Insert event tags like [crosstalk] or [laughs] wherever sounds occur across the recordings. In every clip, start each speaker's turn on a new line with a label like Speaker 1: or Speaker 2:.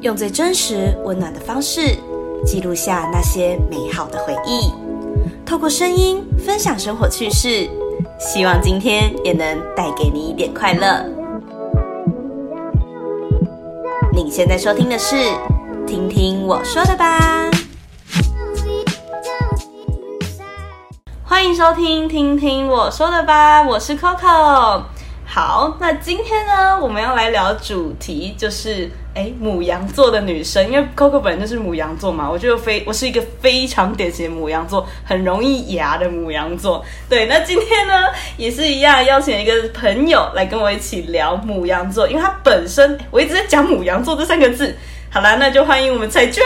Speaker 1: 用最真实、温暖的方式，记录下那些美好的回忆。透过声音分享生活趣事，希望今天也能带给你一点快乐。你现在收听的是《听听我说的吧》，欢迎收听《听听我说的吧》，我是 Coco。好，那今天呢，我们要来聊主题，就是哎，母羊座的女生，因为 Coco 本人就是母羊座嘛，我就非我是一个非常典型的母羊座，很容易牙的母羊座。对，那今天呢，也是一样邀请一个朋友来跟我一起聊母羊座，因为他本身我一直在讲母羊座这三个字。好啦，那就欢迎我们彩娟。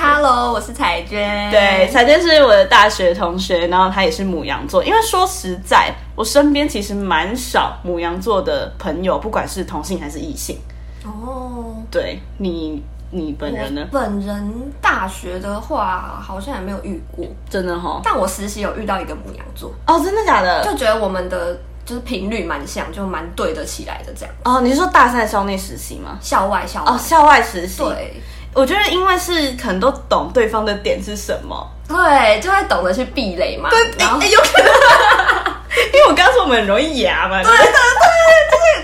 Speaker 2: Hello，我是彩娟。
Speaker 1: 对，彩娟是我的大学同学，然后她也是母羊座。因为说实在，我身边其实蛮少母羊座的朋友，不管是同性还是异性。
Speaker 2: 哦，
Speaker 1: 对你，你本人呢
Speaker 2: 我？本人大学的话，好像也没有遇过，
Speaker 1: 真的哈？
Speaker 2: 但我实习有遇到一个母羊座，
Speaker 1: 哦，真的假的？
Speaker 2: 就觉得我们的就是频率蛮像，就蛮对得起来的这样。
Speaker 1: 哦，你是说大三的校内实习吗？
Speaker 2: 校外校外，
Speaker 1: 哦，校外实习。，
Speaker 2: 对
Speaker 1: 我觉得因为是可能都懂对方的点是什么，
Speaker 2: 对，就会懂得去避雷嘛。
Speaker 1: 对，
Speaker 2: 然后
Speaker 1: 哎有可能。 [laughs] 因为我刚刚说我们很容易牙嘛，对，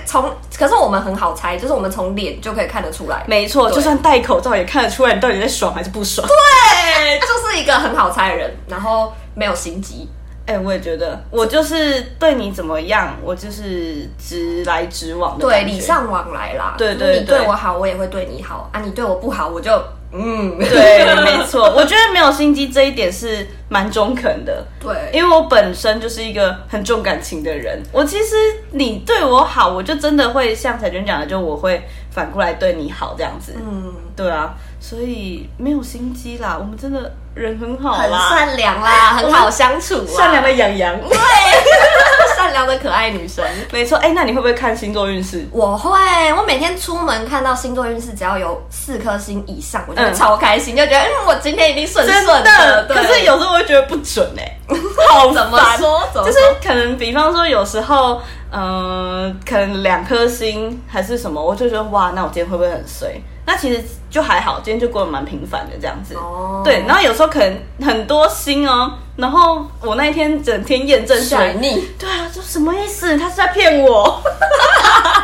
Speaker 2: 从，可是我们很好猜，就是我们从脸就可以看得出来，
Speaker 1: 没错，
Speaker 2: 对
Speaker 1: 就算戴口罩也看得出来你到底在爽还是不爽。
Speaker 2: 对，就是一个很好猜的人，然后没有心机。
Speaker 1: 哎、我也觉得，我就是对你怎么样，我就是直来直往的感
Speaker 2: 对，
Speaker 1: 觉
Speaker 2: 礼尚往来啦。
Speaker 1: 对
Speaker 2: 就是
Speaker 1: 对
Speaker 2: 你对
Speaker 1: 对
Speaker 2: 我好，我也会对你好啊；你对我不好，我就嗯，
Speaker 1: 对，没错。我觉得没有心机这一点是蛮中肯的，
Speaker 2: 对，
Speaker 1: 因为我本身就是一个很重感情的人。我其实你对我好，我就真的会像彩娟讲的，就我会反过来对你好这样子。
Speaker 2: 嗯，
Speaker 1: 对啊，所以没有心机啦，我们真的人很好
Speaker 2: 很
Speaker 1: 啦，
Speaker 2: 善良啦，很好相处啊，
Speaker 1: 善良的养羊。
Speaker 2: 善良的可爱女生。
Speaker 1: 没错，哎、那你会不会看星座运势？
Speaker 2: 我会，我每天出门看到星座运势，只要有四颗星以上，我就会
Speaker 1: 嗯
Speaker 2: 超开心，就觉得嗯，我今天一定顺
Speaker 1: 真
Speaker 2: 顺
Speaker 1: 的，
Speaker 2: 对
Speaker 1: 可是有时候我会觉得不准哎、好
Speaker 2: 怎么
Speaker 1: 烦
Speaker 2: 说？怎么
Speaker 1: 就是
Speaker 2: 说
Speaker 1: 可能，比方说有时候，嗯、可能两颗星还是什么，我就觉得哇，那我今天会不会很衰？那其实就还好，今天就过得蛮平凡的这样子。
Speaker 2: 哦
Speaker 1: 对，然后有时候可能很多星哦，然后我那一天整天验证下来
Speaker 2: 水，逆，
Speaker 1: 对啊，就什么意思？他是在骗我。 [laughs]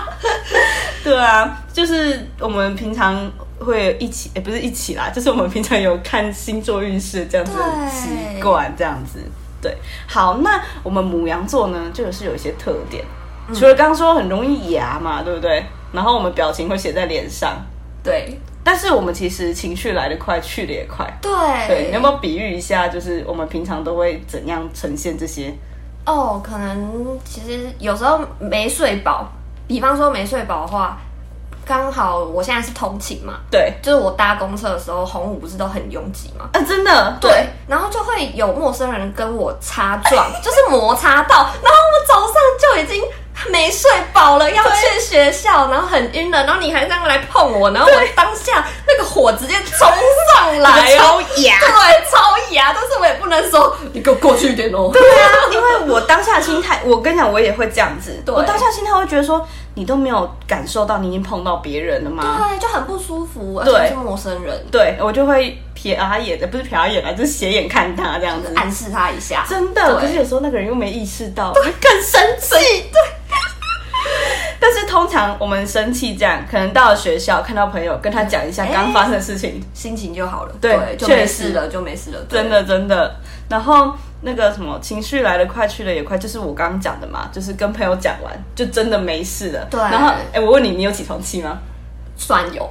Speaker 1: 对啊，就是我们平常会一起，也、哎不是一起啦，就是我们平常有看星座运势这样子的
Speaker 2: 对
Speaker 1: 习惯，这样子。对，好，那我们母羊座呢，就是有一些特点，除了刚刚说很容易牙嘛，对不对？然后我们表情会写在脸上，
Speaker 2: 对
Speaker 1: 但是我们其实情绪来得快，去得也快。
Speaker 2: 对
Speaker 1: 对，你有没有比喻一下，就是我们平常都会怎样呈现这些？
Speaker 2: 哦，可能其实有时候没睡饱，比方说没睡饱的话，刚好我现在是通勤嘛，
Speaker 1: 对，
Speaker 2: 就是我搭公车的时候，红五不是都很拥挤嘛。
Speaker 1: 啊，真的，
Speaker 2: 对，然后就会有陌生人跟我擦
Speaker 1: [laughs]
Speaker 2: 撞，就是摩擦到，然后我早上就已经没睡饱了，要去学校，然后很晕了，然后你还这样来碰我，然后我当下那个火直接冲上
Speaker 1: [laughs]
Speaker 2: 来
Speaker 1: 来
Speaker 2: 哦，
Speaker 1: 牙
Speaker 2: 对，超牙，但是我也不能说你给我过去一点哦，
Speaker 1: 对啊， [laughs] 因为我当下心态，我跟你讲，我也会这样子。
Speaker 2: 对
Speaker 1: 我当下心态会觉得说，你都没有感受到你已经碰到别人了吗？
Speaker 2: 对，就很不舒服，而
Speaker 1: 对
Speaker 2: 且是陌生人，
Speaker 1: 对，我就会撇啊眼的，不是撇啊眼啦，就是斜眼看他这样子。
Speaker 2: 暗示他一下，
Speaker 1: 真的，
Speaker 2: 哎对
Speaker 1: 可是有时候那个人又没意识到， [laughs] 更生气。对。但是通常我们生气这样，可能到了学校看到朋友，跟他讲一下
Speaker 2: 哎
Speaker 1: 刚发生的事情，
Speaker 2: 心情就好了，
Speaker 1: 对
Speaker 2: 就没
Speaker 1: 确
Speaker 2: 事
Speaker 1: 实
Speaker 2: 了，就没事了，对
Speaker 1: 真的真的。然后那个什么情绪来得快去得也快，就是我刚刚讲的嘛，就是跟朋友讲完就真的没事了。
Speaker 2: 对
Speaker 1: 然后哎、我问你，你有起床气吗？
Speaker 2: 算
Speaker 1: [laughs]
Speaker 2: 有，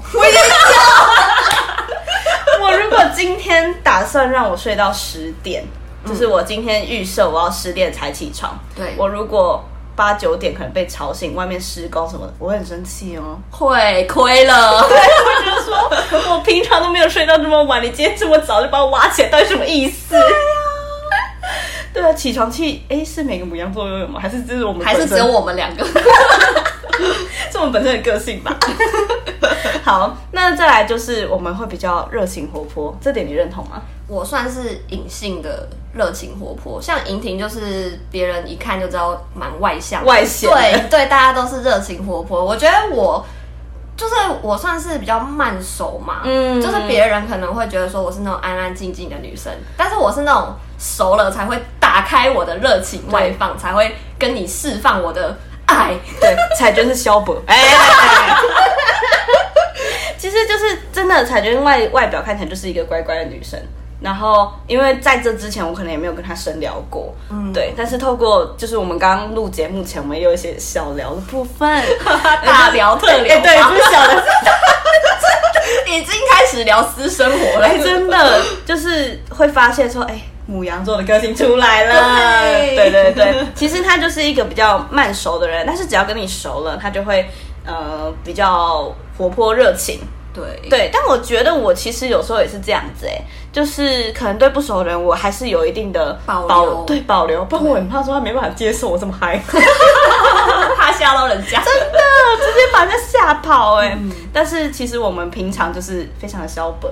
Speaker 1: 我如果今天打算让我睡到十点，就是我今天预设我要十点才起床，
Speaker 2: 对
Speaker 1: 我如果八九点可能被吵醒，外面施工什么的，我会很生气哦。
Speaker 2: 会亏了。
Speaker 1: [laughs] 我就说，我平常都没有睡到这么晚，你今天这么早就把我挖起来，到底什么意思？ [laughs] 对啊，起床气，哎，是每个母羊座都有吗？还是只是我们
Speaker 2: 还是
Speaker 1: 本
Speaker 2: 只
Speaker 1: 身 [laughs]
Speaker 2: 有我们两个？ [laughs]
Speaker 1: 是我们本身的个性吧？好，那再来就是我们会比较热情活泼，这点你认同吗？
Speaker 2: 我算是隐性的热情活泼，像莹婷就是别人一看就知道蛮外向的，
Speaker 1: 外显的
Speaker 2: 对对，大家都是热情活泼。我觉得我就是我算是比较慢熟嘛，
Speaker 1: 嗯
Speaker 2: 就是别人可能会觉得说我是那种安安静静的女生，但是我是那种熟了才会打开我的热情外放，才会跟你释放我的
Speaker 1: [laughs]
Speaker 2: 爱。
Speaker 1: 对，彩娟是萧伯， [laughs] 哎哎哎哎其实就是真的，彩娟外外表看起来就是一个乖乖的女生。然后，因为在这之前，我可能也没有跟她深聊过，嗯，对。但是透过就是我们刚刚录节目前，我们也有一些小聊的部 [laughs] 分，
Speaker 2: 大聊特聊
Speaker 1: 哎对，
Speaker 2: 吧
Speaker 1: 不是小聊，
Speaker 2: 已经开始聊私生活了，
Speaker 1: 哎，真的 [laughs] 就是会发现说，哎、母羊座的个性出来了。
Speaker 2: 对
Speaker 1: 对对对，其实他就是一个比较慢熟的人，但是只要跟你熟了，他就会呃比较活泼热情。
Speaker 2: 对
Speaker 1: 对，但我觉得我其实有时候也是这样子、哎，就是可能对不熟的人，我还是有一定的
Speaker 2: 保留
Speaker 1: 对保留，不然我很怕说他没办法接受我这么
Speaker 2: [laughs]
Speaker 1: 嗨。 [laughs]
Speaker 2: 怕吓到人家，
Speaker 1: 真的直接把人家吓跑哎、
Speaker 2: 嗯
Speaker 1: 但是其实我们平常就是非常的消
Speaker 2: [laughs]
Speaker 1: 薄，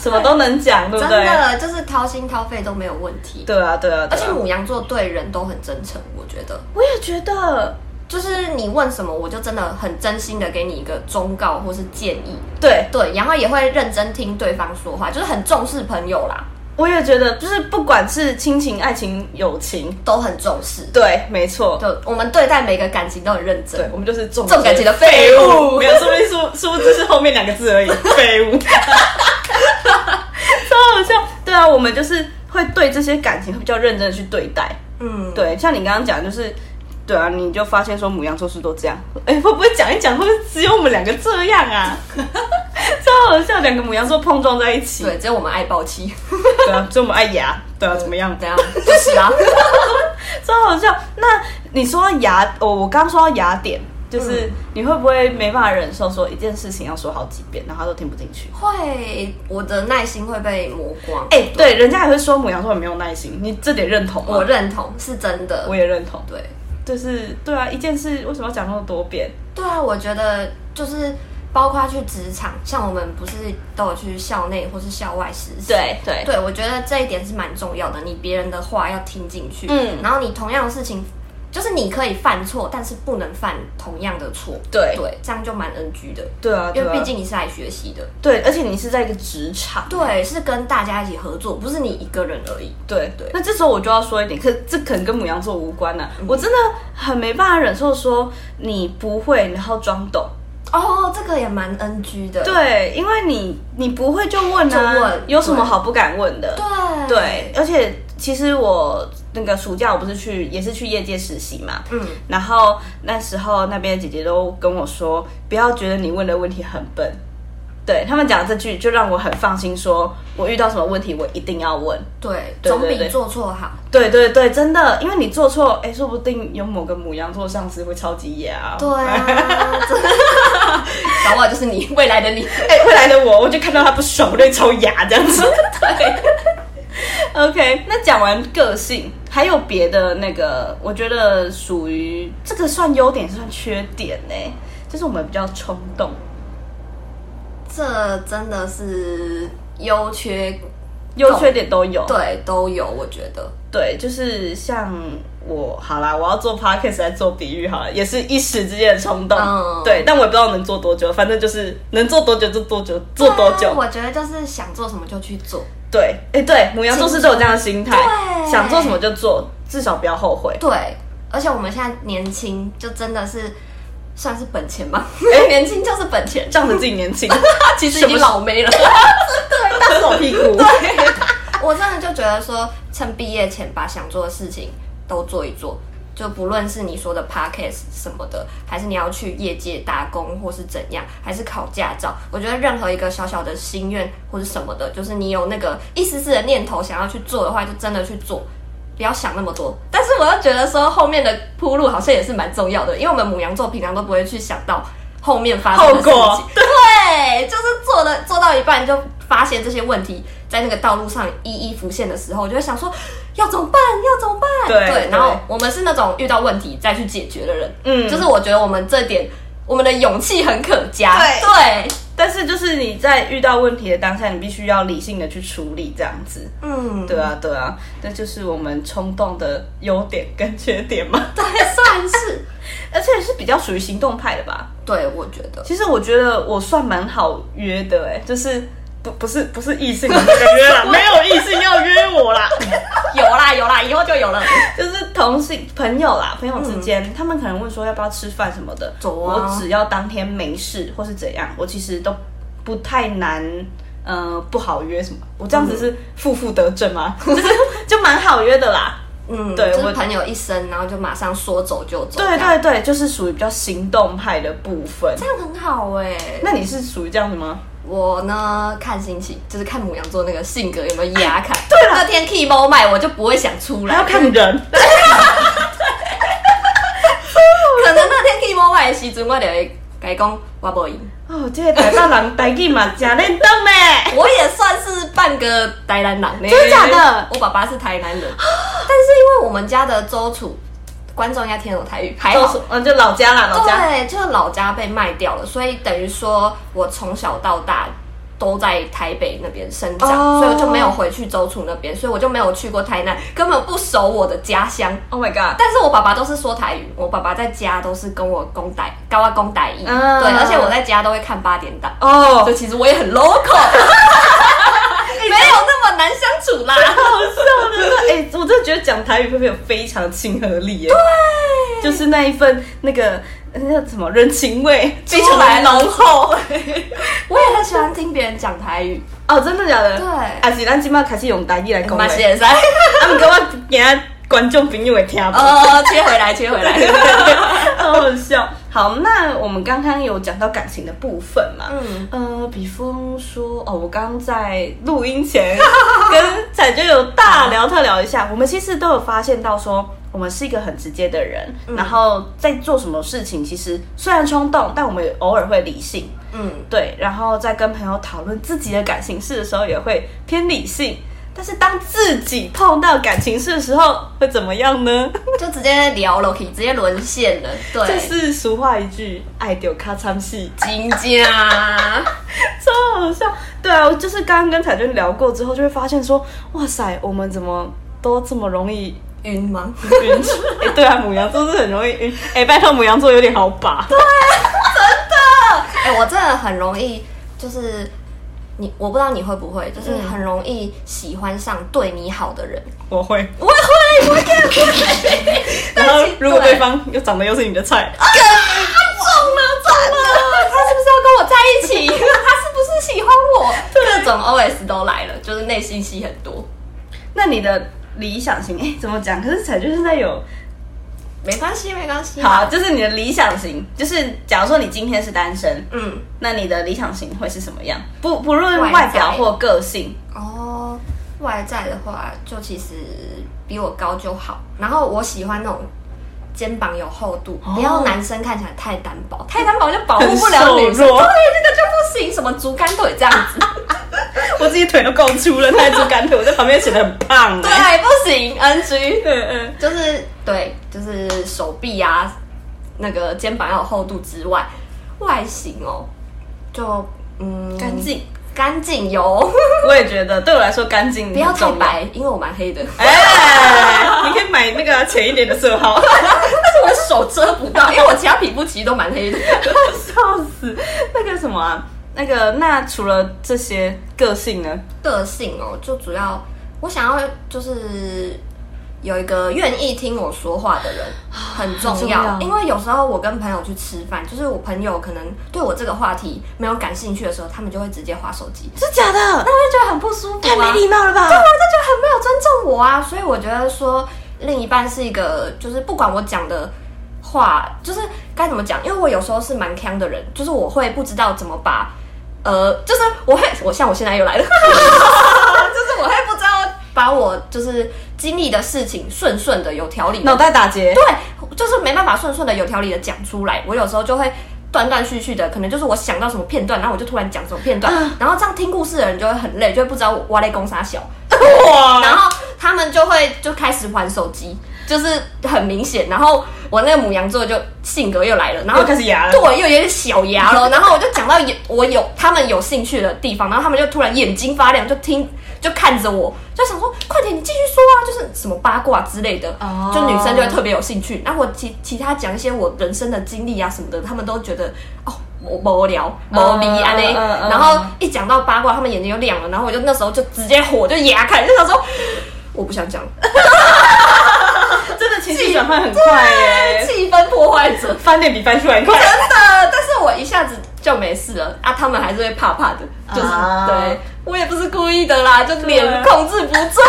Speaker 1: 什么都能讲，对不
Speaker 2: 真
Speaker 1: 对？
Speaker 2: 的就是掏心掏肺都没有问题。
Speaker 1: 对啊，对啊，
Speaker 2: 而
Speaker 1: 对啊
Speaker 2: 且母羊座对人都很真诚，我觉得，
Speaker 1: 我也觉得，
Speaker 2: 就是你问什么，我就真的很真心的给你一个忠告或是建议。
Speaker 1: 对
Speaker 2: 对，然后也会认真听对方说话，就是很重视朋友啦，
Speaker 1: 我也觉得，就是不管是亲情、爱情、友情，
Speaker 2: 都很重视。
Speaker 1: 对，没错，
Speaker 2: 就我们对待每个感情都很认
Speaker 1: 对
Speaker 2: 真。
Speaker 1: 我们就是重
Speaker 2: 重感情的
Speaker 1: 废
Speaker 2: 废物
Speaker 1: 没有，说不定说说不定是后面两个字而已，废物， [laughs] 超好笑。对啊，我们就是会对这些感情会比较认真的去对待。
Speaker 2: 嗯，
Speaker 1: 对，像你刚刚讲，就是对啊，你就发现说母羊座是都这样。哎，会不会讲一讲，会不会只有我们两个这样 [laughs] 啊？超好笑，两个母羊座碰撞在一起。
Speaker 2: 对，只有我们爱
Speaker 1: [laughs]
Speaker 2: 抱妻，
Speaker 1: 对啊，所以我们爱牙。对啊，怎么样？
Speaker 2: 怎样？就是啊， [laughs]
Speaker 1: 超好笑。那你说到雅，哦我我刚说到雅典，就是你会不会没办法忍受说一件事情要说好几遍，然后他都听不进
Speaker 2: 嗯
Speaker 1: 去？
Speaker 2: 会，我的耐心会被磨光。
Speaker 1: 哎、对，人家也会说母羊座很没有耐心，你这点认同吗？
Speaker 2: 我认同，是真的。
Speaker 1: 我也认同，
Speaker 2: 对，
Speaker 1: 就是对啊，一件事为什么要讲那么多遍？
Speaker 2: 对啊，我觉得就是包括去职场，像我们不是都有去校内或是校外实习，
Speaker 1: 对
Speaker 2: 对，我觉得这一点是蛮重要的，你别人的话要听进去，
Speaker 1: 嗯
Speaker 2: 然后你同样的事情，就是你可以犯错，但是不能犯同样的错，
Speaker 1: 对
Speaker 2: 对，这样就蛮 NG 的，
Speaker 1: 对啊，对
Speaker 2: 因
Speaker 1: 啊
Speaker 2: 为毕，竟你是来学习的，
Speaker 1: 对，而且你是在一个职场，
Speaker 2: 对，是跟大家一起合作，不是你一个人而已，
Speaker 1: 对
Speaker 2: 对
Speaker 1: 那这时候我就要说一点，可这可能跟母羊座无关呢、我真的很没办法忍受说你不会，然后装懂。
Speaker 2: 哦，这个也蛮 NG 的，
Speaker 1: 对，因为你你不会就问啊，
Speaker 2: 就问
Speaker 1: 有什么好不敢问的？
Speaker 2: 对
Speaker 1: 对，而且其实我那个暑假我不是去也是去业界实习嘛，
Speaker 2: 嗯，
Speaker 1: 然后那时候那边的姐姐都跟我说，不要觉得你问的问题很笨。对他们讲这句，就让我很放心说我遇到什么问题，我一定要问。
Speaker 2: 对，
Speaker 1: 对
Speaker 2: 总
Speaker 1: 对
Speaker 2: 比
Speaker 1: 对
Speaker 2: 做错好，
Speaker 1: 对对对，真的，因为你做错，哎，说不定有某个母羊座上司会超级野啊。 [laughs]
Speaker 2: 对啊， [laughs] 真的搞不好就是你未来的你。
Speaker 1: 哎，未来的我，我就看到他不爽，我就抽牙这样 [laughs] 子。对，OK，那讲完个性，还有别的那个，我觉得属于这个算优点，算缺点呢、就是我们比较冲动，
Speaker 2: 这真的是优缺，
Speaker 1: 优缺点都有。
Speaker 2: 对都有，我觉得。
Speaker 1: 对，就是像我，好啦，我要做 podcast 来做比喻好了，也是一时之间的冲动。
Speaker 2: 嗯
Speaker 1: 对，但我也不知道能做多久，反正就是能做多久就多久，做多久
Speaker 2: 对啊。我觉得就是想做什么就去做。
Speaker 1: 对，哎，对，母羊座是都有这样的心态，
Speaker 2: 对
Speaker 1: 想做什么就做，至少不要后悔。
Speaker 2: 对，而且我们现在年轻，就真的是算是本钱吗？哎， [laughs] 年轻就是本钱，
Speaker 1: 仗着自己年轻，
Speaker 2: [laughs] 其实已经老没了。
Speaker 1: 大手屁
Speaker 2: [laughs]
Speaker 1: 股。
Speaker 2: 我真的就觉得说，趁毕业前把想做的事情都做一做，就不论是你说的 podcast 什么的，还是你要去业界打工或是怎样，还是考驾照，我觉得任何一个小小的心愿或是什么的，就是你有那个一丝丝的念头想要去做的话，就真的去做。不要想那么多，但是我又觉得说后面的铺路好像也是蛮重要的，因为我们母羊座平常都不会去想到后面发生的
Speaker 1: 后
Speaker 2: 事情
Speaker 1: 果，
Speaker 2: 对，就是做了做到一半就发现这些问题在那个道路上一一浮现的时候，我就会想说要怎么办，要怎么办？
Speaker 1: 对对
Speaker 2: 然后我们是那种遇到问题再去解决的人，
Speaker 1: 嗯
Speaker 2: 就是我觉得我们这点我们的勇气很可嘉，
Speaker 1: 对
Speaker 2: 对，
Speaker 1: 但是就是你在遇到问题的当下，你必须要理性的去处理，这样子。
Speaker 2: 嗯，
Speaker 1: 对啊，对啊，那就是我们冲动的优点跟缺点嘛。 [laughs]
Speaker 2: 对，算是
Speaker 1: 而且是就是比较属于行动派的吧。
Speaker 2: 对，我觉得
Speaker 1: 其实我觉得我算蛮好约的、哎，就是不不是不是异性的那个约
Speaker 2: [laughs]
Speaker 1: 啦，没有异性要约我啦，
Speaker 2: 有啦有啦，以后就有了。
Speaker 1: 就是同性朋友啦，朋友之间，他们可能问说要不要吃饭什么的，
Speaker 2: 走啊
Speaker 1: 我只要当天没事或是怎样，我其实都不太难。呃，不好约什么？我这样子是负负得正 [laughs] 吗？就是就蛮好约的 [laughs] 啦。
Speaker 2: 嗯，
Speaker 1: 对
Speaker 2: 就是
Speaker 1: 我
Speaker 2: 朋友一生，然后就马上说走就走，
Speaker 1: 对
Speaker 2: 这样
Speaker 1: 对对，就是属于比较行动派的部分。
Speaker 2: 这样很好哎、
Speaker 1: 那你是属于这样的吗？
Speaker 2: 我呢，看心情，就是看母羊座那个性格有没有压卡。对了，那天 key 猫卖我就不会想出来，
Speaker 1: 还要看人，
Speaker 2: 可能那天 key 猫卖的时阵，我就会改讲哎我不赢。
Speaker 1: [laughs] 哦，这个台北人台语嘛，真认同 [laughs] 诶。
Speaker 2: 我也算是半个台南人呢、
Speaker 1: 真的假的
Speaker 2: 我爸爸是台
Speaker 1: [gasps]
Speaker 2: 南人，但是因为我们家的周楚，观众应该听得懂台语，还
Speaker 1: 就
Speaker 2: 好
Speaker 1: 是。嗯，就老家啦，老家。
Speaker 2: 对，就是老家被卖掉了，所以等于说我从小到大都在台北那边生长
Speaker 1: 哦
Speaker 2: 所以我就没有回去周楚那边，所以我就没有去过台南，根本不熟我的家乡。
Speaker 1: Oh my god！
Speaker 2: 但是我爸爸都是说台语，我爸爸在家都是跟我公台，高啊公台语，
Speaker 1: 嗯
Speaker 2: 对，而且我在家都会看八点档，
Speaker 1: 哦 [laughs]
Speaker 2: 所以，其实我也很 local，没有那么难相处啦。
Speaker 1: 好笑的，哎、我真的觉得讲台语会不会有非常亲和力耶？对，就是那一份那个那叫什么人情味非
Speaker 2: 出来
Speaker 1: 常
Speaker 2: 了
Speaker 1: 浓厚。
Speaker 2: [laughs] 我也很喜欢听别人讲台语，
Speaker 1: 哦，真的假的？
Speaker 2: 对哎
Speaker 1: 啊是咱今麦开始用台语来讲
Speaker 2: 蛮
Speaker 1: 话，
Speaker 2: 写塞。
Speaker 1: 啊，不过我今仔观众朋友会听不懂。
Speaker 2: 呃，切回来，切回来。
Speaker 1: [laughs] 好好笑。好，那我们刚刚有讲到感情的部分嘛？
Speaker 2: 嗯
Speaker 1: 呃，比方说，哦，我刚刚在录音前
Speaker 2: [laughs]
Speaker 1: 跟彩娟有大聊特聊一下，我们其实都有发现到说，我们是一个很直接的人，
Speaker 2: 嗯
Speaker 1: 然后在做什么事情，其实虽然冲动，但我们偶尔会理性。
Speaker 2: [laughs] 嗯。
Speaker 1: 对，然后在跟朋友讨论自己的感情事的时候，也会偏理性。但是当自己碰到感情事的时候，会怎么样呢？
Speaker 2: 就直接聊了，可以直接沦陷了。对，
Speaker 1: 这是俗话一句，爱丢咔嚓戏，
Speaker 2: 金家，
Speaker 1: 超好笑。对啊，我就是刚刚跟彩娟聊过之后，就会发现说，哇塞，我们怎么都这么容易
Speaker 2: [laughs] 晕吗？
Speaker 1: [laughs] 晕？哎、对啊，母羊座是很容易晕。哎、拜托，母羊座有点好把。
Speaker 2: 哎、我真的很容易，就是你，我不知道你会不会，就是很容易喜欢上对你好的人。
Speaker 1: 我会。
Speaker 2: 我会，我
Speaker 1: [laughs]
Speaker 2: 也会。
Speaker 1: 然后，如果对方又长得又是你的菜，
Speaker 2: 啊中了中了， [laughs] 他是不是要跟我在一起？他是不是喜欢我？各种 OS 都来了，就是内心戏很多。
Speaker 1: 那你的理想型，哎、怎么讲？可是彩娟现在有
Speaker 2: 没关系，没关系。
Speaker 1: 好，，就是你的理想型，就是假如说你今天是单身，
Speaker 2: 嗯，
Speaker 1: 那你的理想型会是什么样？不不论外
Speaker 2: 外
Speaker 1: 表
Speaker 2: 在
Speaker 1: 或个性，
Speaker 2: 哦，外在的话，就其实比我高就好。然后我喜欢那种肩膀有厚度，
Speaker 1: 哦
Speaker 2: 不要男生看起来太单薄，太单薄就保护不
Speaker 1: 很
Speaker 2: 了
Speaker 1: 瘦
Speaker 2: 女生，对，这
Speaker 1: 弱
Speaker 2: 个就不行。什么竹竿腿这样子，
Speaker 1: [laughs] 我自己腿都够粗了，他还做干腿，我在旁边显得很胖、欸。
Speaker 2: [laughs] 对，不行，NG。
Speaker 1: 嗯嗯，
Speaker 2: 就是对，就是手臂啊，那个肩膀要有厚度之外，外形哦，就嗯
Speaker 1: 干净。
Speaker 2: 干净油，
Speaker 1: 我也觉得，对我来说干净
Speaker 2: [laughs] 不要
Speaker 1: 很重
Speaker 2: 太
Speaker 1: 要。
Speaker 2: 白，因为我蛮黑的， [laughs]
Speaker 1: 哎、 [laughs] 你可以买那个浅一点的色号，
Speaker 2: 但是我手遮不到，因为我其他皮肤其实都蛮黑的。
Speaker 1: [laughs] 笑死。那个什么啊，那个那除了这些个性呢？
Speaker 2: 个性哦，就主要我想要就是有一个愿意听我说话的人很重
Speaker 1: 很重
Speaker 2: 要，
Speaker 1: 要
Speaker 2: 因为有时候我跟朋友去吃饭，就是我朋友可能对我这个话题没有感兴趣的时候，他们就会直接划手机，
Speaker 1: 是假的，
Speaker 2: 那会觉得很不舒服、啊，
Speaker 1: 太没礼貌了吧？
Speaker 2: 他就觉得很没有尊重我啊，所以我觉得说另一半是一个，就是不管我讲的话，就是该怎么讲，因为我有时候是蛮腔的人，就是我会不知道怎么把，呃，就是我会， [laughs] 我像我现在又来了，就是我会不知道把我就是经历的事情顺顺的有条理地
Speaker 1: 脑袋打结，
Speaker 2: 对，就是没办法顺顺的有条理的讲出来。我有时候就会断断续续的，可能就是我想到什么片段，然后我就突然讲什么片段，
Speaker 1: 嗯
Speaker 2: 然后这样听故事的人就会很累，就会不知道我挖在攻杀小，
Speaker 1: 哇
Speaker 2: 然后他们就会就开始玩手机，就是很明显。然后我那个母羊座就性格又来了，然后
Speaker 1: 又开始牙了
Speaker 2: 对，又有点小牙了。然后我就讲到有我有他们有兴趣的地方，然后他们就突然眼睛发亮，就听就看着我，就想说快点你继续说啊，就是什么八卦之类的，
Speaker 1: 哦
Speaker 2: 就女生就会特别有兴趣。然后我其其他讲一些我人生的经历啊什么的，他们都觉得哦。无无聊，无
Speaker 1: 嗯
Speaker 2: 味安尼，
Speaker 1: 嗯嗯嗯
Speaker 2: 啊然后一讲到八卦，他们眼睛就亮了，然后我就那时候就直接火就压开，就想说我不想讲了，哎
Speaker 1: 真的情哎绪转换很快耶、
Speaker 2: 气氛破坏者，
Speaker 1: 翻脸比翻书 [laughs] 还快。
Speaker 2: 真的。但是我一下子就没事了啊，他们还是会怕怕的，就是、
Speaker 1: 啊
Speaker 2: 对我也不是故意的啦，就脸
Speaker 1: 对
Speaker 2: 控制不住。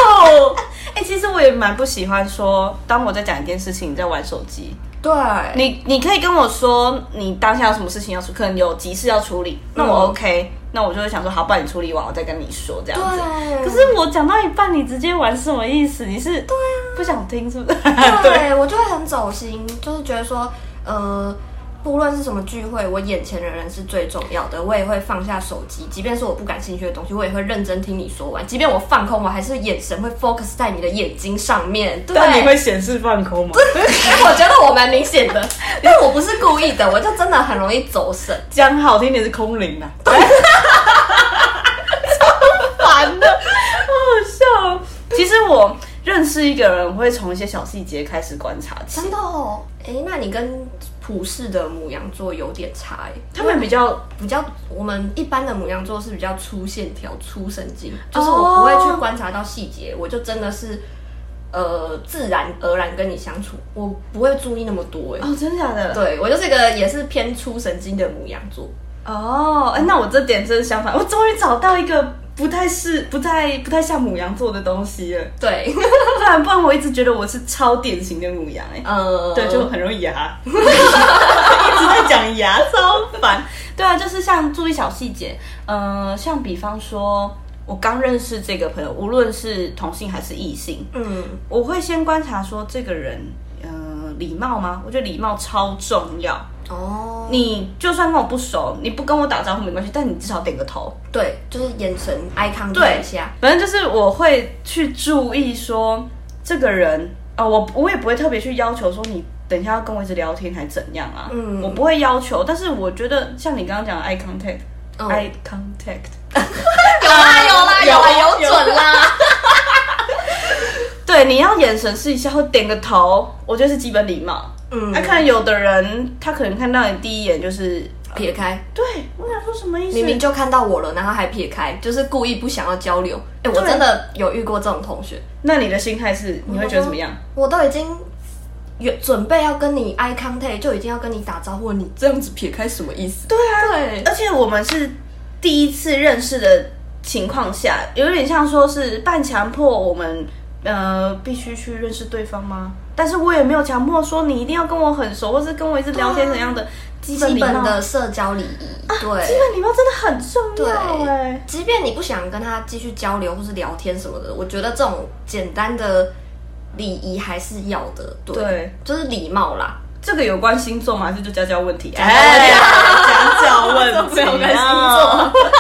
Speaker 1: [laughs] 哎、其实我也蛮不喜欢说，当我在讲一件事情，你在玩手机。
Speaker 2: 对，
Speaker 1: 你你可以跟我说你当下有什么事情要处，可能有急事要处理，那我
Speaker 2: 嗯
Speaker 1: OK，、那我就会想说，好，不然你处理完我再跟你说这样子。
Speaker 2: 对
Speaker 1: 可是我讲到一半，你直接玩是什么意思？你是对啊，不想听是不是？ [laughs]
Speaker 2: [laughs] 对，我就会很走心，就是觉得说，呃，不论是什么聚会，我眼前的人是最重要的，我也会放下手机，即便是我不感兴趣的东西，我也会认真听你说完。即便我放空，我还是眼神会 focus 在你的眼睛上面。对，
Speaker 1: 但你会显示放空吗？
Speaker 2: 我觉得我蛮明显的， [laughs] 但我不是故意的，我就真的很容易走神。
Speaker 1: 讲好听点是空灵 [laughs] 啊，超烦的，好好笑哦。其实我认识一个人，我会从一些小细节开始观察起。
Speaker 2: 真的哦，哎，那你跟普世的母羊座有点差哎。
Speaker 1: 他们比较
Speaker 2: 比较，我们一般的母羊座是比较粗线条、粗神经，就是我不会去观察到细节，我就真的是呃自然而然跟你相处，我不会注意那么多哎、
Speaker 1: 哦，真的假的？
Speaker 2: 对我就是一个也是偏粗神经的母羊座，
Speaker 1: 哦，哎，那我这点真是相反，我终于找到一个不太是、不太、不太像母羊座的东西了。
Speaker 2: [laughs]
Speaker 1: [laughs]
Speaker 2: 对，
Speaker 1: 不然，不然我一直觉得我是超典型的母羊、哎、
Speaker 2: 呃，
Speaker 1: 对，就很容易牙， [laughs] 一直在讲牙，超烦。 [laughs] 对啊，就是像注意小细节，呃，像比方说，我刚认识这个朋友，无论是同性还是异性，
Speaker 2: 嗯，
Speaker 1: 我会先观察说这个人，呃，礼貌吗？我觉得礼貌超重要。
Speaker 2: 哦，
Speaker 1: 你就算跟我不熟，你不跟我打招呼没关系，但你至少点个头。
Speaker 2: 对，就是眼神 eye contact 一下，
Speaker 1: 反正就是我会去注意说这个人啊、呃我我也不会特别去要求说你等一下要跟我一直聊天还怎样啊，
Speaker 2: 嗯
Speaker 1: 我不会要求，但是我觉得像你刚刚讲的 eye
Speaker 2: 嗯
Speaker 1: contact，eye、contact，
Speaker 2: 有啦有啦有啦
Speaker 1: 有啊
Speaker 2: 有准 [laughs] 啦，
Speaker 1: 对，你要眼神试一下或点个头，我觉得是基本礼貌。
Speaker 2: 嗯
Speaker 1: 那、可能有的人他可能看到你第一眼就是，
Speaker 2: 撇开，
Speaker 1: 对我想说什么意思？
Speaker 2: 明明就看到我了，然后还撇开，就是故意不想要交流。哎、我
Speaker 1: 对
Speaker 2: 真的有遇过这种同学，
Speaker 1: 那你的心态是你会觉得怎么样？
Speaker 2: 我都已经有准备要跟你 eye contact，就已经要跟你打招呼，你这样子撇开什么意思？对啊，对，
Speaker 1: 而且我们是第一次认识的情况下，有点像说是半强迫我们呃必须去认识对方吗？但是我也没有强迫说你一定要跟我很熟，或是跟我一直聊天怎样的、基
Speaker 2: 基
Speaker 1: 礼貌
Speaker 2: 本的社交礼仪，
Speaker 1: 啊基
Speaker 2: 对。
Speaker 1: 本礼貌真的很重要哎、
Speaker 2: 对，即便你不想跟他继续交流或是聊天什么的，我觉得这种简单的礼仪还是要的。对，
Speaker 1: 对
Speaker 2: 就是礼貌啦。
Speaker 1: 这个有关星座吗？还是就家教问题？
Speaker 2: 教问题
Speaker 1: 哎，家教问题
Speaker 2: 这没有
Speaker 1: 啊
Speaker 2: 关星座。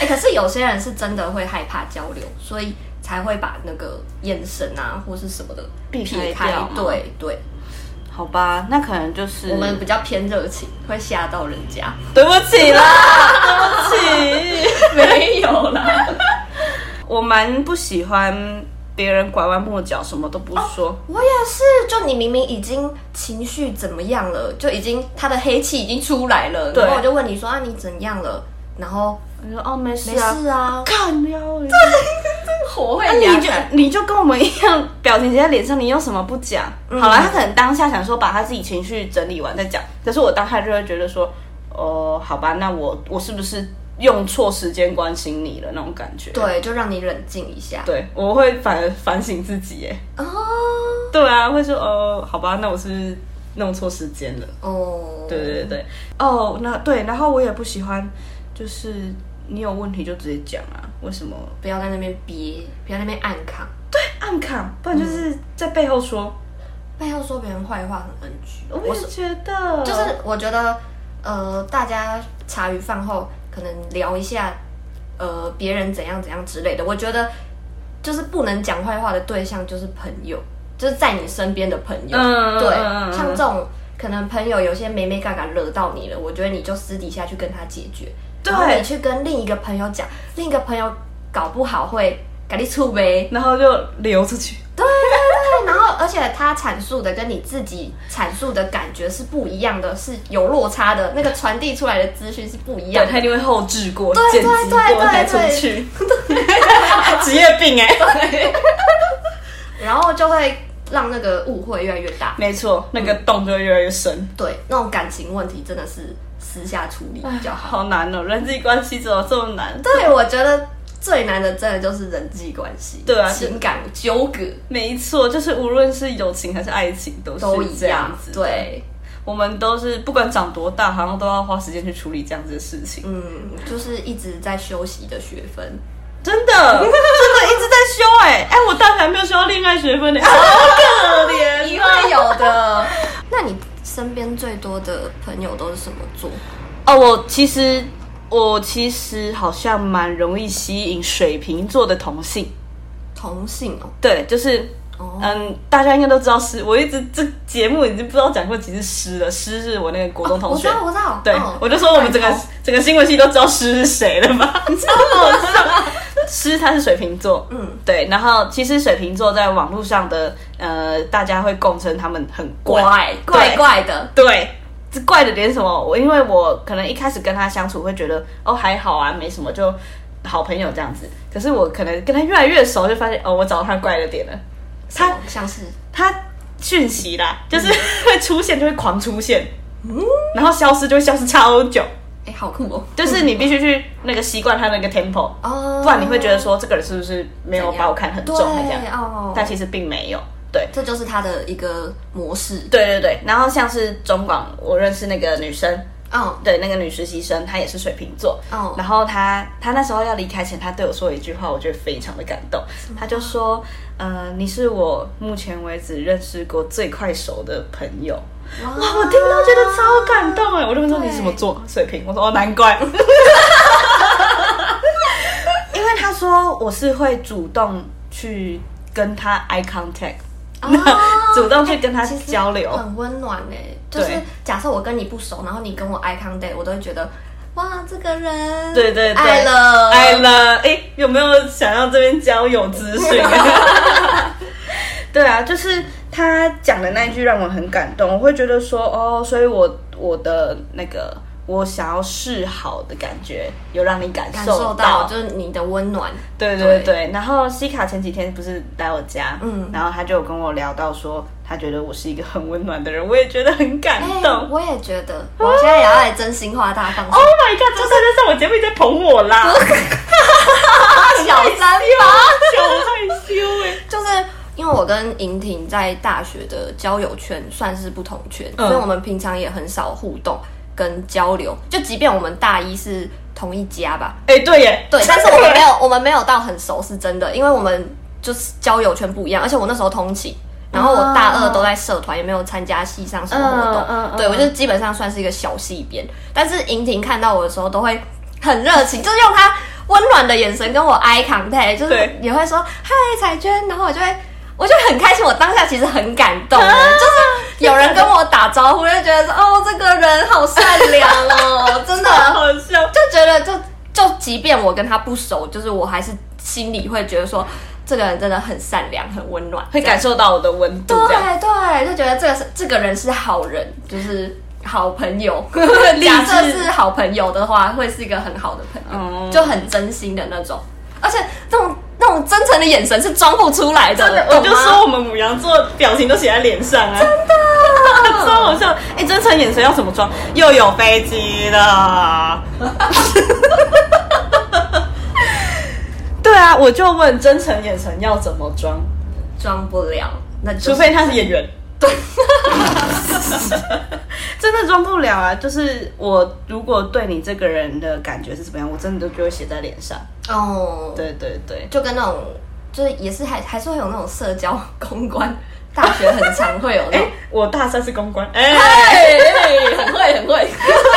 Speaker 2: 哎、可是有些人是真的会害怕交流，所以才会把那个眼神啊或是什么的
Speaker 1: 避开
Speaker 2: 撇
Speaker 1: 掉嗯嘛
Speaker 2: 对对，
Speaker 1: [laughs] 好吧，那可能就是
Speaker 2: 我们比较偏热情，会吓到人
Speaker 1: [laughs]
Speaker 2: 家。
Speaker 1: 对不起啦，对不起。
Speaker 2: 没有啦，
Speaker 1: 我蛮不喜欢别人拐弯抹角，什么都不说。
Speaker 2: 我也是。就你明明已经情绪怎么样了，就已经他的黑气已经出来了，
Speaker 1: 对
Speaker 2: 然后我就问你说啊你怎样了？然后
Speaker 1: 你说哦，没
Speaker 2: 没
Speaker 1: 事啊，
Speaker 2: 事啊，
Speaker 1: 干掉你。 [laughs]
Speaker 2: 火会
Speaker 1: 那你就你就跟我们一样，表情写在脸上，你有什么不讲？
Speaker 2: 嗯
Speaker 1: 好了，他可能当下想说把他自己情绪整理完再讲，可是我当下就会觉得说，哦、好吧，那我我是不是用错时间关心你了那种感觉？
Speaker 2: 对，就让你冷静一下。
Speaker 1: 对，我会反反省自己耶。
Speaker 2: 哦
Speaker 1: 对啊，会说哦、好吧，那我是不是弄错时间了。
Speaker 2: 哦，
Speaker 1: 对对对对，哦，那对，然后我也不喜欢，就是你有问题就直接讲啊，为什么
Speaker 2: 不要在那边憋，不要在那边暗扛，
Speaker 1: 暗扛？不然就是在背后说，
Speaker 2: 背后说别人坏话很 NG。
Speaker 1: 我也觉得
Speaker 2: 就是嗯我觉得，呃，大家茶余饭后可能聊一下，呃，别人怎样怎样之类的。我觉得就是不能讲坏话的对象就是朋友，就是在你身边的朋友，
Speaker 1: 嗯
Speaker 2: 对
Speaker 1: 嗯嗯，嗯
Speaker 2: 像这种可能朋友有些没没嘎嘎惹到你了，我觉得你就私底下去跟他解决，
Speaker 1: 对
Speaker 2: 然后你去跟另一个朋友讲，另一个朋友搞不好会给你出呗，
Speaker 1: 然后就流出去。
Speaker 2: 对，然后而且他阐述的跟你自己阐述的感觉是不一样的，是有落差的，那个传递出来的资讯是不一样
Speaker 1: 对，
Speaker 2: 的
Speaker 1: 他一。定会后置过、
Speaker 2: 对
Speaker 1: 剪辑
Speaker 2: 对
Speaker 1: 过
Speaker 2: 对
Speaker 1: 才出去。 [laughs] 职业病哎、
Speaker 2: 然后就会让那个误会越来越大。
Speaker 1: 没错，那个洞就会越来越深。
Speaker 2: 对，那种感情问题真的是私下处理比较好。
Speaker 1: 好难哦，人际关系怎么这么难？
Speaker 2: 对，我觉得最难的真的就是人际关系，
Speaker 1: 对啊
Speaker 2: 情感纠葛
Speaker 1: 没错，哦就是无论是友情还是爱情，都
Speaker 2: 都
Speaker 1: 是
Speaker 2: 一
Speaker 1: 这
Speaker 2: 样
Speaker 1: 样子。，
Speaker 2: 对，
Speaker 1: 我们都是不管长多大，好像都要花时间去处理这样子的事情。
Speaker 2: 嗯，就是一直在休息的学分。
Speaker 1: 真的，真的一直在修哎、
Speaker 2: [laughs]
Speaker 1: 哎、我大学还没有修到恋爱学分欸呢、好可怜
Speaker 2: 你
Speaker 1: 哦
Speaker 2: 会有的。 [laughs] 那你身边最多的朋友都是什么座？
Speaker 1: 哦，我其实我其实好像蛮容易吸引水瓶座的同性，
Speaker 2: 同性哦。
Speaker 1: 对，就是。
Speaker 2: 哦
Speaker 1: 嗯，大家应该都知道诗，我一直这节目已经不知道讲过几次诗了。诗是我那个国中同
Speaker 2: 哦我知
Speaker 1: 学，
Speaker 2: 道，我知道。
Speaker 1: 对，
Speaker 2: 嗯
Speaker 1: 我就说我们整个
Speaker 2: 拜托
Speaker 1: 整个新闻系都知道诗是谁了吧？你知道吗？ [laughs] 诗他是水瓶座，
Speaker 2: 嗯
Speaker 1: 对，然后其实水瓶座在网络上的呃，大家会共称他们很怪，
Speaker 2: 怪怪怪的，
Speaker 1: 对，这怪的点是什么？我因为我可能一开始跟他相处会觉得哦还好啊，没什么，就好朋友这样子。可是我可能跟他越来越熟，就发现哦，我找到他怪的点了。他
Speaker 2: 什么像是
Speaker 1: 他讯息啦，就是 [laughs] 会出现就会狂出现，然后消失就会消失超久，
Speaker 2: 哎，好酷哦。
Speaker 1: 就是你必须去那个习惯他那个 tempo，
Speaker 2: 哦，
Speaker 1: 不然你会觉得说这个人是不是没有把我看很重还这样
Speaker 2: 对，哦，
Speaker 1: 但其实并没有，对。
Speaker 2: 这就是他的一个模式。
Speaker 1: 对对对，然后像是中广，我认识那个女生，
Speaker 2: 嗯，
Speaker 1: 对，那个女实习生，她也是水瓶座。
Speaker 2: 哦
Speaker 1: 然后她她那时候要离开前，她对我说一句话，我觉得非常的感动。她就说：“呃，你是我目前为止认识过最快熟的朋友。”
Speaker 2: 哇，
Speaker 1: 哇，我听到觉得超感动哎！我就问说
Speaker 2: 对
Speaker 1: 你什么座？水瓶。我说哦，难怪。 [laughs] 因为她说我是会主动去跟她 eye contact，、 [laughs]
Speaker 2: 哦
Speaker 1: 主动去跟她
Speaker 2: 其实
Speaker 1: 交流。
Speaker 2: 很温暖呢。就是
Speaker 1: 对
Speaker 2: 假设我跟你不熟，然后你跟我 eye contact，我都会觉得哇，这个人
Speaker 1: 对对对，
Speaker 2: 爱了
Speaker 1: 爱。了，哎、有没有想要这边交友资讯？ [laughs] 对啊，就是他讲的那一句让我很感动，我会觉得说，哦，所以我我的那个我想要示好的感觉，有让你感
Speaker 2: 感
Speaker 1: 受
Speaker 2: 受
Speaker 1: 到，
Speaker 2: 到就是你的温暖，
Speaker 1: 对对对然后西卡前几天不是来我家，嗯
Speaker 2: 嗯，
Speaker 1: 然后他就有跟我聊到说，他觉得我是一个很温暖的人，我也觉得很感
Speaker 2: 哎
Speaker 1: 动。
Speaker 2: 我也觉得，我现在也要来真心话大放送
Speaker 1: Oh，my god！这真的上我节目你在捧我 [laughs] 啦，
Speaker 2: 小三
Speaker 1: 哦
Speaker 2: 吧。
Speaker 1: 好害羞哎、
Speaker 2: 就是因为我跟莹婷在大学的交友圈算是不同圈，
Speaker 1: 嗯
Speaker 2: 所以我们平常也很少互动跟交流。就即便我们大一是同一家吧，
Speaker 1: 哎、对耶， [laughs]
Speaker 2: 对，但是我们没有，我们没有到很熟，是真的，因为我们就是交友圈不一样，而且我那时候通勤。然后我大二都在社团，也没有参加系上什么活动，
Speaker 1: 嗯嗯嗯
Speaker 2: 对我就基本上算是一个小系编。但是莹婷看到我的时候，都会很热情，就是用她温暖的眼神跟我 eye contact，就是
Speaker 1: 对
Speaker 2: 也会说嗨彩娟，然后我就会我就很开心，我当下其实很感动的，欸
Speaker 1: 啊
Speaker 2: 就是有人跟我打招呼，就觉得说哦这个人好善良
Speaker 1: [laughs]
Speaker 2: 哦，真的
Speaker 1: 好笑。
Speaker 2: 就觉得就就即便我跟他不熟，就是我还是心里会觉得说，这个人真的很善良，很温暖，
Speaker 1: 会感受到我的温度，
Speaker 2: 这
Speaker 1: 这样
Speaker 2: 样对对，就觉得这个是这个人是好人，就是好朋友。
Speaker 1: [laughs] 励志
Speaker 2: 假设是好朋友的话，会是一个很好的朋友，
Speaker 1: 哦
Speaker 2: 就很真心的那种，而且那种那种真诚的眼神是装不出来的，
Speaker 1: 真的，我
Speaker 2: 呃懂
Speaker 1: 就
Speaker 2: 吗
Speaker 1: 说我们母羊座表情都写在脸上啊，真的， [laughs] 超好笑。哎、真诚眼神要怎么装？又有飞机
Speaker 2: [laughs]
Speaker 1: 了。对啊，我就问真诚眼神要怎么装，
Speaker 2: 装不了，那就是
Speaker 1: 除非他是演员。对， [laughs] 真的装不了啊！就是我如果对你这个人的感觉是怎么样，我真的都就会写在脸上。
Speaker 2: 哦，
Speaker 1: 对对对，
Speaker 2: 就跟那种就是也是还还是会有那种社交公关，大学很常会有那
Speaker 1: 哎、
Speaker 2: 种。
Speaker 1: 我大三是公关，哎、
Speaker 2: [laughs] 哎，很会很会，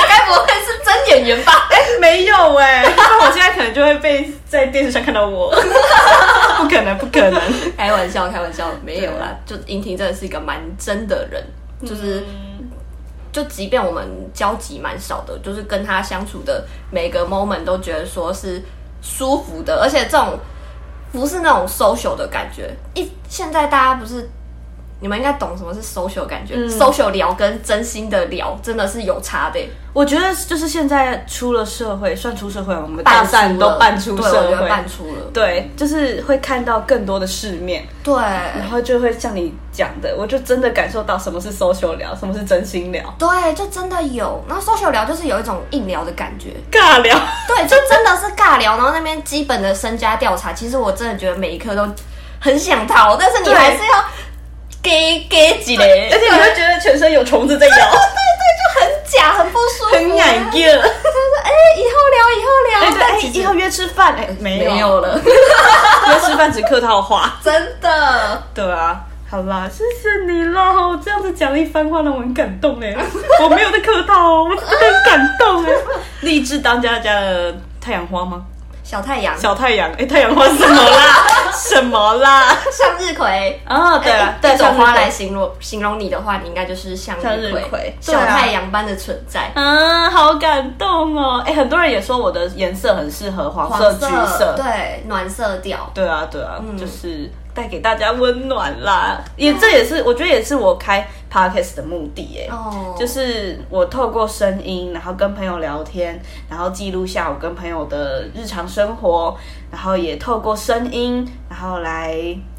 Speaker 2: 该不会是真演员吧？
Speaker 1: [laughs] 没有哎、那我现在可能就会被在电视上看到我， [laughs] 不可能，不可能。
Speaker 2: 哎开玩笑，开玩笑，没有啦。就英婷真的是一个蛮真的人，就是、
Speaker 1: 嗯
Speaker 2: 就即便我们交集蛮少的，就是跟他相处的每个 moment 都觉得说是舒服的，而且这种不是那种 social 的感觉。一现在大家不是。你们应该懂什么是 social 的感觉、s o c i a l 聊跟真心的聊真的是有差的、
Speaker 1: 我觉得就是现在出了社会，算出社会，我们大半都半出
Speaker 2: 对我
Speaker 1: 社
Speaker 2: 觉得半
Speaker 1: 会，
Speaker 2: 出了，
Speaker 1: 对，就是会看到更多的世面，
Speaker 2: 对，
Speaker 1: 然后就会像你讲的，我就真的感受到什么是 social 聊，什么是真心聊，
Speaker 2: 对，就真的有。然后 social 聊就是有一种硬聊的感觉，
Speaker 1: 尬聊。
Speaker 2: 对，就真的是尬聊。然后那边基本的身家调查，其实我真的觉得每一科都很想逃，但是你
Speaker 1: 对
Speaker 2: 还是要给给几
Speaker 1: [laughs]
Speaker 2: 嘞，
Speaker 1: 而且你会觉得全身有虫子在咬， [laughs]
Speaker 2: 很假，很不舒服，
Speaker 1: 很
Speaker 2: 哎、
Speaker 1: 难热。 [laughs]
Speaker 2: 以后聊，以后
Speaker 1: 哎
Speaker 2: 聊，
Speaker 1: 对，
Speaker 2: 但
Speaker 1: [laughs] 哎，
Speaker 2: 其实
Speaker 1: 以后约吃饭，哎，没有，
Speaker 2: 没有了，
Speaker 1: [laughs] 约吃饭只客套话。
Speaker 2: 真的。
Speaker 1: 对啊，好啦，谢谢你啦！我这样子讲了一番话，让我很感动哎， [laughs] 我没有在客套哦，我真的很感动哎。 [laughs] 励志当家家的太阳花吗？
Speaker 2: 小太阳，
Speaker 1: 小太阳，哎、太阳花是什么 [laughs] 啦？什么啦？
Speaker 2: 向日葵。
Speaker 1: 啊，对了，
Speaker 2: 对，一种
Speaker 1: 向日
Speaker 2: 花
Speaker 1: 葵
Speaker 2: 来。形容形容你的话，你应该就是向
Speaker 1: 向
Speaker 2: 日
Speaker 1: 日
Speaker 2: 葵，
Speaker 1: 葵对
Speaker 2: 小
Speaker 1: 啊
Speaker 2: 太阳般的存在。
Speaker 1: 嗯，好感动哦！哎，很多人也说我的颜色很适合黄色、橘色，
Speaker 2: 对，暖色调。
Speaker 1: 对啊，对啊，就是带给大家温暖啦。也这也是我觉得也是我开 podcast 的目的欸耶。
Speaker 2: 哦，
Speaker 1: 就是我透过声音，然后跟朋友聊天，然后记录下我跟朋友的日常生活，然后也透过声音，然后来，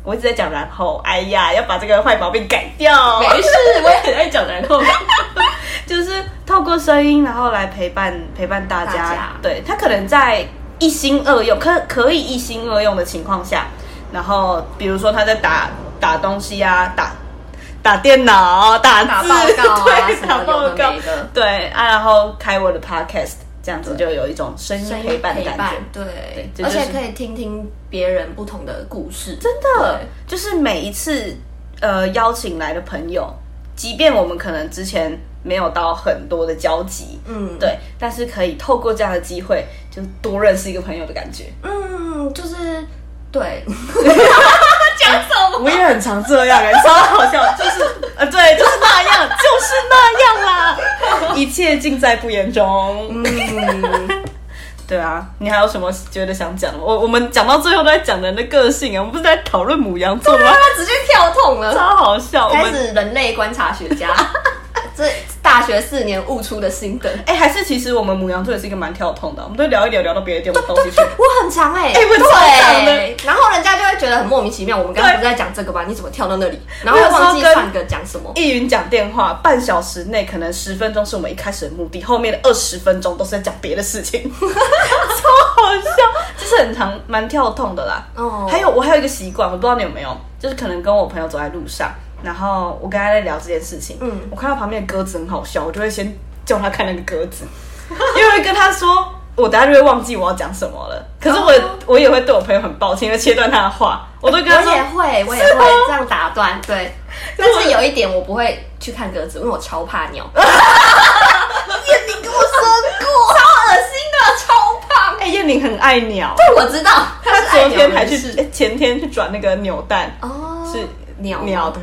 Speaker 1: 我一直在讲，然后，哎呀，要把这个坏毛病改掉，
Speaker 2: 没事，我也
Speaker 1: [laughs]
Speaker 2: 很爱讲然后。 [laughs]
Speaker 1: 就是透过声音，然后来陪伴陪伴大家。
Speaker 2: 大家
Speaker 1: 对他可能在一心二用，可可以一心二用的情况下，然后比如说他在打打东西啊，打打电脑、啊打字、
Speaker 2: 打报告
Speaker 1: [laughs]
Speaker 2: 啊
Speaker 1: 对，
Speaker 2: 什
Speaker 1: 打
Speaker 2: 么
Speaker 1: 报
Speaker 2: 有的
Speaker 1: 告
Speaker 2: 没，的，
Speaker 1: 对啊，然后开我的 podcast，这样子就有一种声音
Speaker 2: 声音
Speaker 1: 陪伴的
Speaker 2: 陪
Speaker 1: 感觉
Speaker 2: 伴。，对
Speaker 1: 对，这
Speaker 2: 而
Speaker 1: 就是
Speaker 2: 且可以听听别人不同的故事，真
Speaker 1: 真的，就是每一次呃邀请来的朋友，即便我们可能之前没有到很多的交集，
Speaker 2: 嗯，
Speaker 1: 对，但是可以透过这样的机会，就多认识一个朋友的感觉。
Speaker 2: 嗯，就是
Speaker 1: [laughs]
Speaker 2: 对，讲什么？
Speaker 1: 我也很常这样、
Speaker 2: 哎
Speaker 1: [laughs] 欸，超好笑，就是呃，对，就是那样，就是那样
Speaker 2: [laughs]
Speaker 1: 啦，一切尽在不言中。
Speaker 2: 嗯，
Speaker 1: [laughs] 对啊，你还有什么觉得想讲的？我我们讲到最后都在讲人的个性啊，我们不是在讨论母羊座吗？
Speaker 2: 他直接跳痛了，
Speaker 1: 超好笑，我
Speaker 2: 啊开
Speaker 1: 们
Speaker 2: 始人类观察学家，这大学四年悟出的心得。
Speaker 1: 哎、还是其实我们母羊座也是一个蛮跳痛的，我们都聊一聊聊到别的地方东西去
Speaker 2: 对。我很长哎、欸，
Speaker 1: 哎我超长的
Speaker 2: 对然后人家就会觉得很莫名其妙。我们刚刚不是在讲这个吧？你怎么跳到那里？然后
Speaker 1: 我有时候
Speaker 2: 忘记
Speaker 1: 跟
Speaker 2: 上个讲什么。
Speaker 1: 易云讲电话，半小时内可能十分钟是我们一开始的目的，后面的二十分钟都是在讲别的事
Speaker 2: [laughs]
Speaker 1: 情，超好笑，就是很长蛮跳痛的啦。
Speaker 2: 哦
Speaker 1: 还有我还有一个习惯，我不知道你有没有，就是可能跟我朋友走在路上，然后我跟他在聊这件事情，嗯
Speaker 2: 嗯，
Speaker 1: 我看到旁边的鸽子很好笑，我就会先叫他看那个鸽
Speaker 2: [laughs]
Speaker 1: 子，因为会跟他说。我等下就会忘记我要讲什么了，可是我、
Speaker 2: 哦
Speaker 1: 我也会对我朋友很抱歉，会切断他的话，我都跟
Speaker 2: 我
Speaker 1: 他说
Speaker 2: 也会，我也
Speaker 1: 是吗
Speaker 2: 会这样打断，对。但是有一点我不会去看鸽子，因为我超怕鸟。
Speaker 1: 你跟我说
Speaker 2: 超恶心的，超胖
Speaker 1: 过，。哎、燕玲很爱鸟，
Speaker 2: 我知道，
Speaker 1: 他
Speaker 2: 是
Speaker 1: 昨
Speaker 2: 爱鸟
Speaker 1: 天还
Speaker 2: 人
Speaker 1: 去
Speaker 2: 士，
Speaker 1: 哎前天去转那个扭蛋， [laughs]
Speaker 2: 哦，
Speaker 1: 是
Speaker 2: 鸟吗
Speaker 1: 鸟的，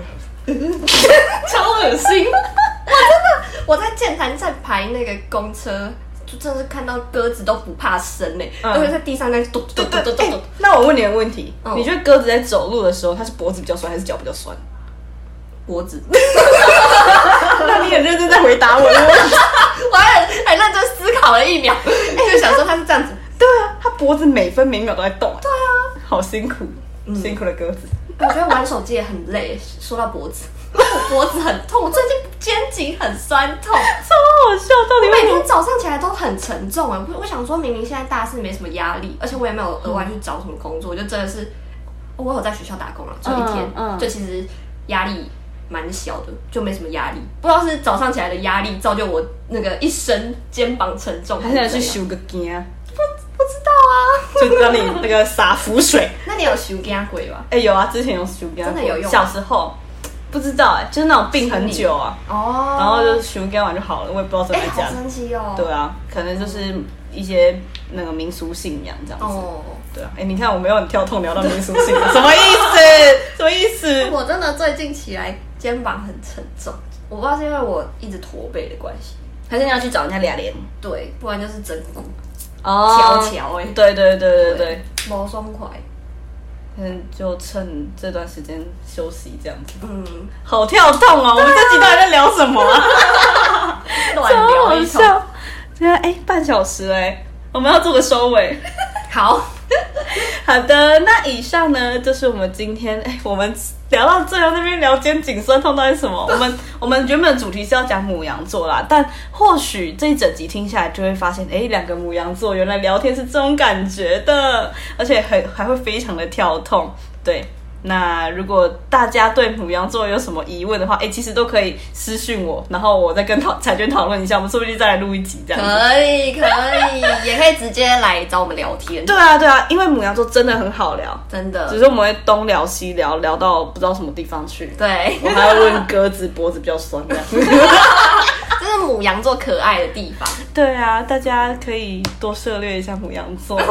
Speaker 2: 超
Speaker 1: [laughs]
Speaker 2: 恶心。我真的，我在剑潭站排那个公车，就真的是看到鸽子都不怕生嘞、
Speaker 1: 嗯
Speaker 2: 都会在地上那嘟嘟嘟嘟嘟嘟
Speaker 1: 哎那我问你个问题，
Speaker 2: 嗯
Speaker 1: 你觉得鸽子在走路的时候，它是脖子比较酸还是脚比较酸？
Speaker 2: 脖子。
Speaker 1: 那你很认真在回答我的问题。
Speaker 2: 我还很很认真思考了一秒，就想说它是这样子。
Speaker 1: [laughs] 对啊，它脖子每分每秒都在动。对啊，嗯好辛苦，辛苦的鸽子。
Speaker 2: 我觉得玩手机也很累，说到脖子， [laughs] 脖子很痛，我最近肩颈很酸痛。
Speaker 1: 超好笑，到底
Speaker 2: 每
Speaker 1: 为什么
Speaker 2: 天？早上起来都很沉重哎、我我想说明明现在大四没什么压力，而且我也没有额外去找什么工作，就真的是我有在学校打工了，就一天，
Speaker 1: 嗯嗯
Speaker 2: 就其实压力蛮小的，就没什么压力。不知道是早上起来的压力造就我那个一身肩膀沉重，
Speaker 1: 还想去
Speaker 2: 还是怎样
Speaker 1: 修个筋 [laughs] 啊，
Speaker 2: 不知道啊。
Speaker 1: 就让你那个洒浮水。
Speaker 2: 那你有修肩鬼吗？
Speaker 1: 哎、有啊，之前有修筋啊，
Speaker 2: 真的有用啊
Speaker 1: 小时候，不知道哎、就是那种病很久啊，
Speaker 2: 哦，
Speaker 1: 然后就是熊干完就好了，我也不知道怎
Speaker 2: 哎、
Speaker 1: 么
Speaker 2: 好
Speaker 1: 讲。
Speaker 2: 神奇哦，
Speaker 1: 对啊，可能就是一些那个民俗信仰这样子。
Speaker 2: 哦。
Speaker 1: 对啊，哎、你看我没有很跳痛聊到民俗信 [laughs] 仰，什么意思？什么意思？
Speaker 2: [laughs] 我真的最近起来肩膀很沉重，我不知道是因为我一直驼背的关系，
Speaker 1: 还是你要去找人家俩脸？
Speaker 2: 对，不然就是整骨
Speaker 1: 哦
Speaker 2: 翘翘哎，
Speaker 1: 对对对对对，，
Speaker 2: 毛松快，
Speaker 1: 嗯，就趁这段时间休息这样子。
Speaker 2: 嗯，
Speaker 1: 好跳痛哦！我们这集到底在聊什么啊？[laughs]
Speaker 2: 乱
Speaker 1: 超
Speaker 2: 聊
Speaker 1: 好
Speaker 2: 一通，
Speaker 1: 笑！对啊，哎、半小时哎、我们要做个收尾。
Speaker 2: 好，
Speaker 1: 好的，那以上呢就是我们今天哎、我们聊到最后那边聊肩颈酸痛到底是什么？我们我们原本的主题是要讲母羊座啦，但或许这一整集听下来就会发现，哎、两个母羊座原来聊天是这种感觉的，而且很还会非常的跳痛，对。那如果大家对母羊座有什么疑问的话，哎、其实都可以私讯我，然后我再跟讨 [laughs] 彩娟讨论一下，我们说不定再来录一集这样子。
Speaker 2: 可以可以，也可以直接来找我们聊天，
Speaker 1: 对啊，对啊，因为母羊座真的很好聊，
Speaker 2: 真
Speaker 1: 只
Speaker 2: 的，
Speaker 1: 是我们会东聊西聊，聊到不知道什么地方去。
Speaker 2: 对， [laughs]
Speaker 1: 我还要问鸽子脖子比较酸这样。
Speaker 2: 这是母羊座可爱的地方，
Speaker 1: [laughs] 对啊，大家可以多涉猎一下母羊座。 [laughs]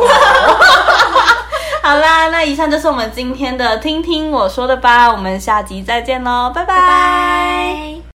Speaker 1: 好啦，那以上就是我们今天的听听我说的吧，我们下集再见喽，拜拜
Speaker 2: 拜拜。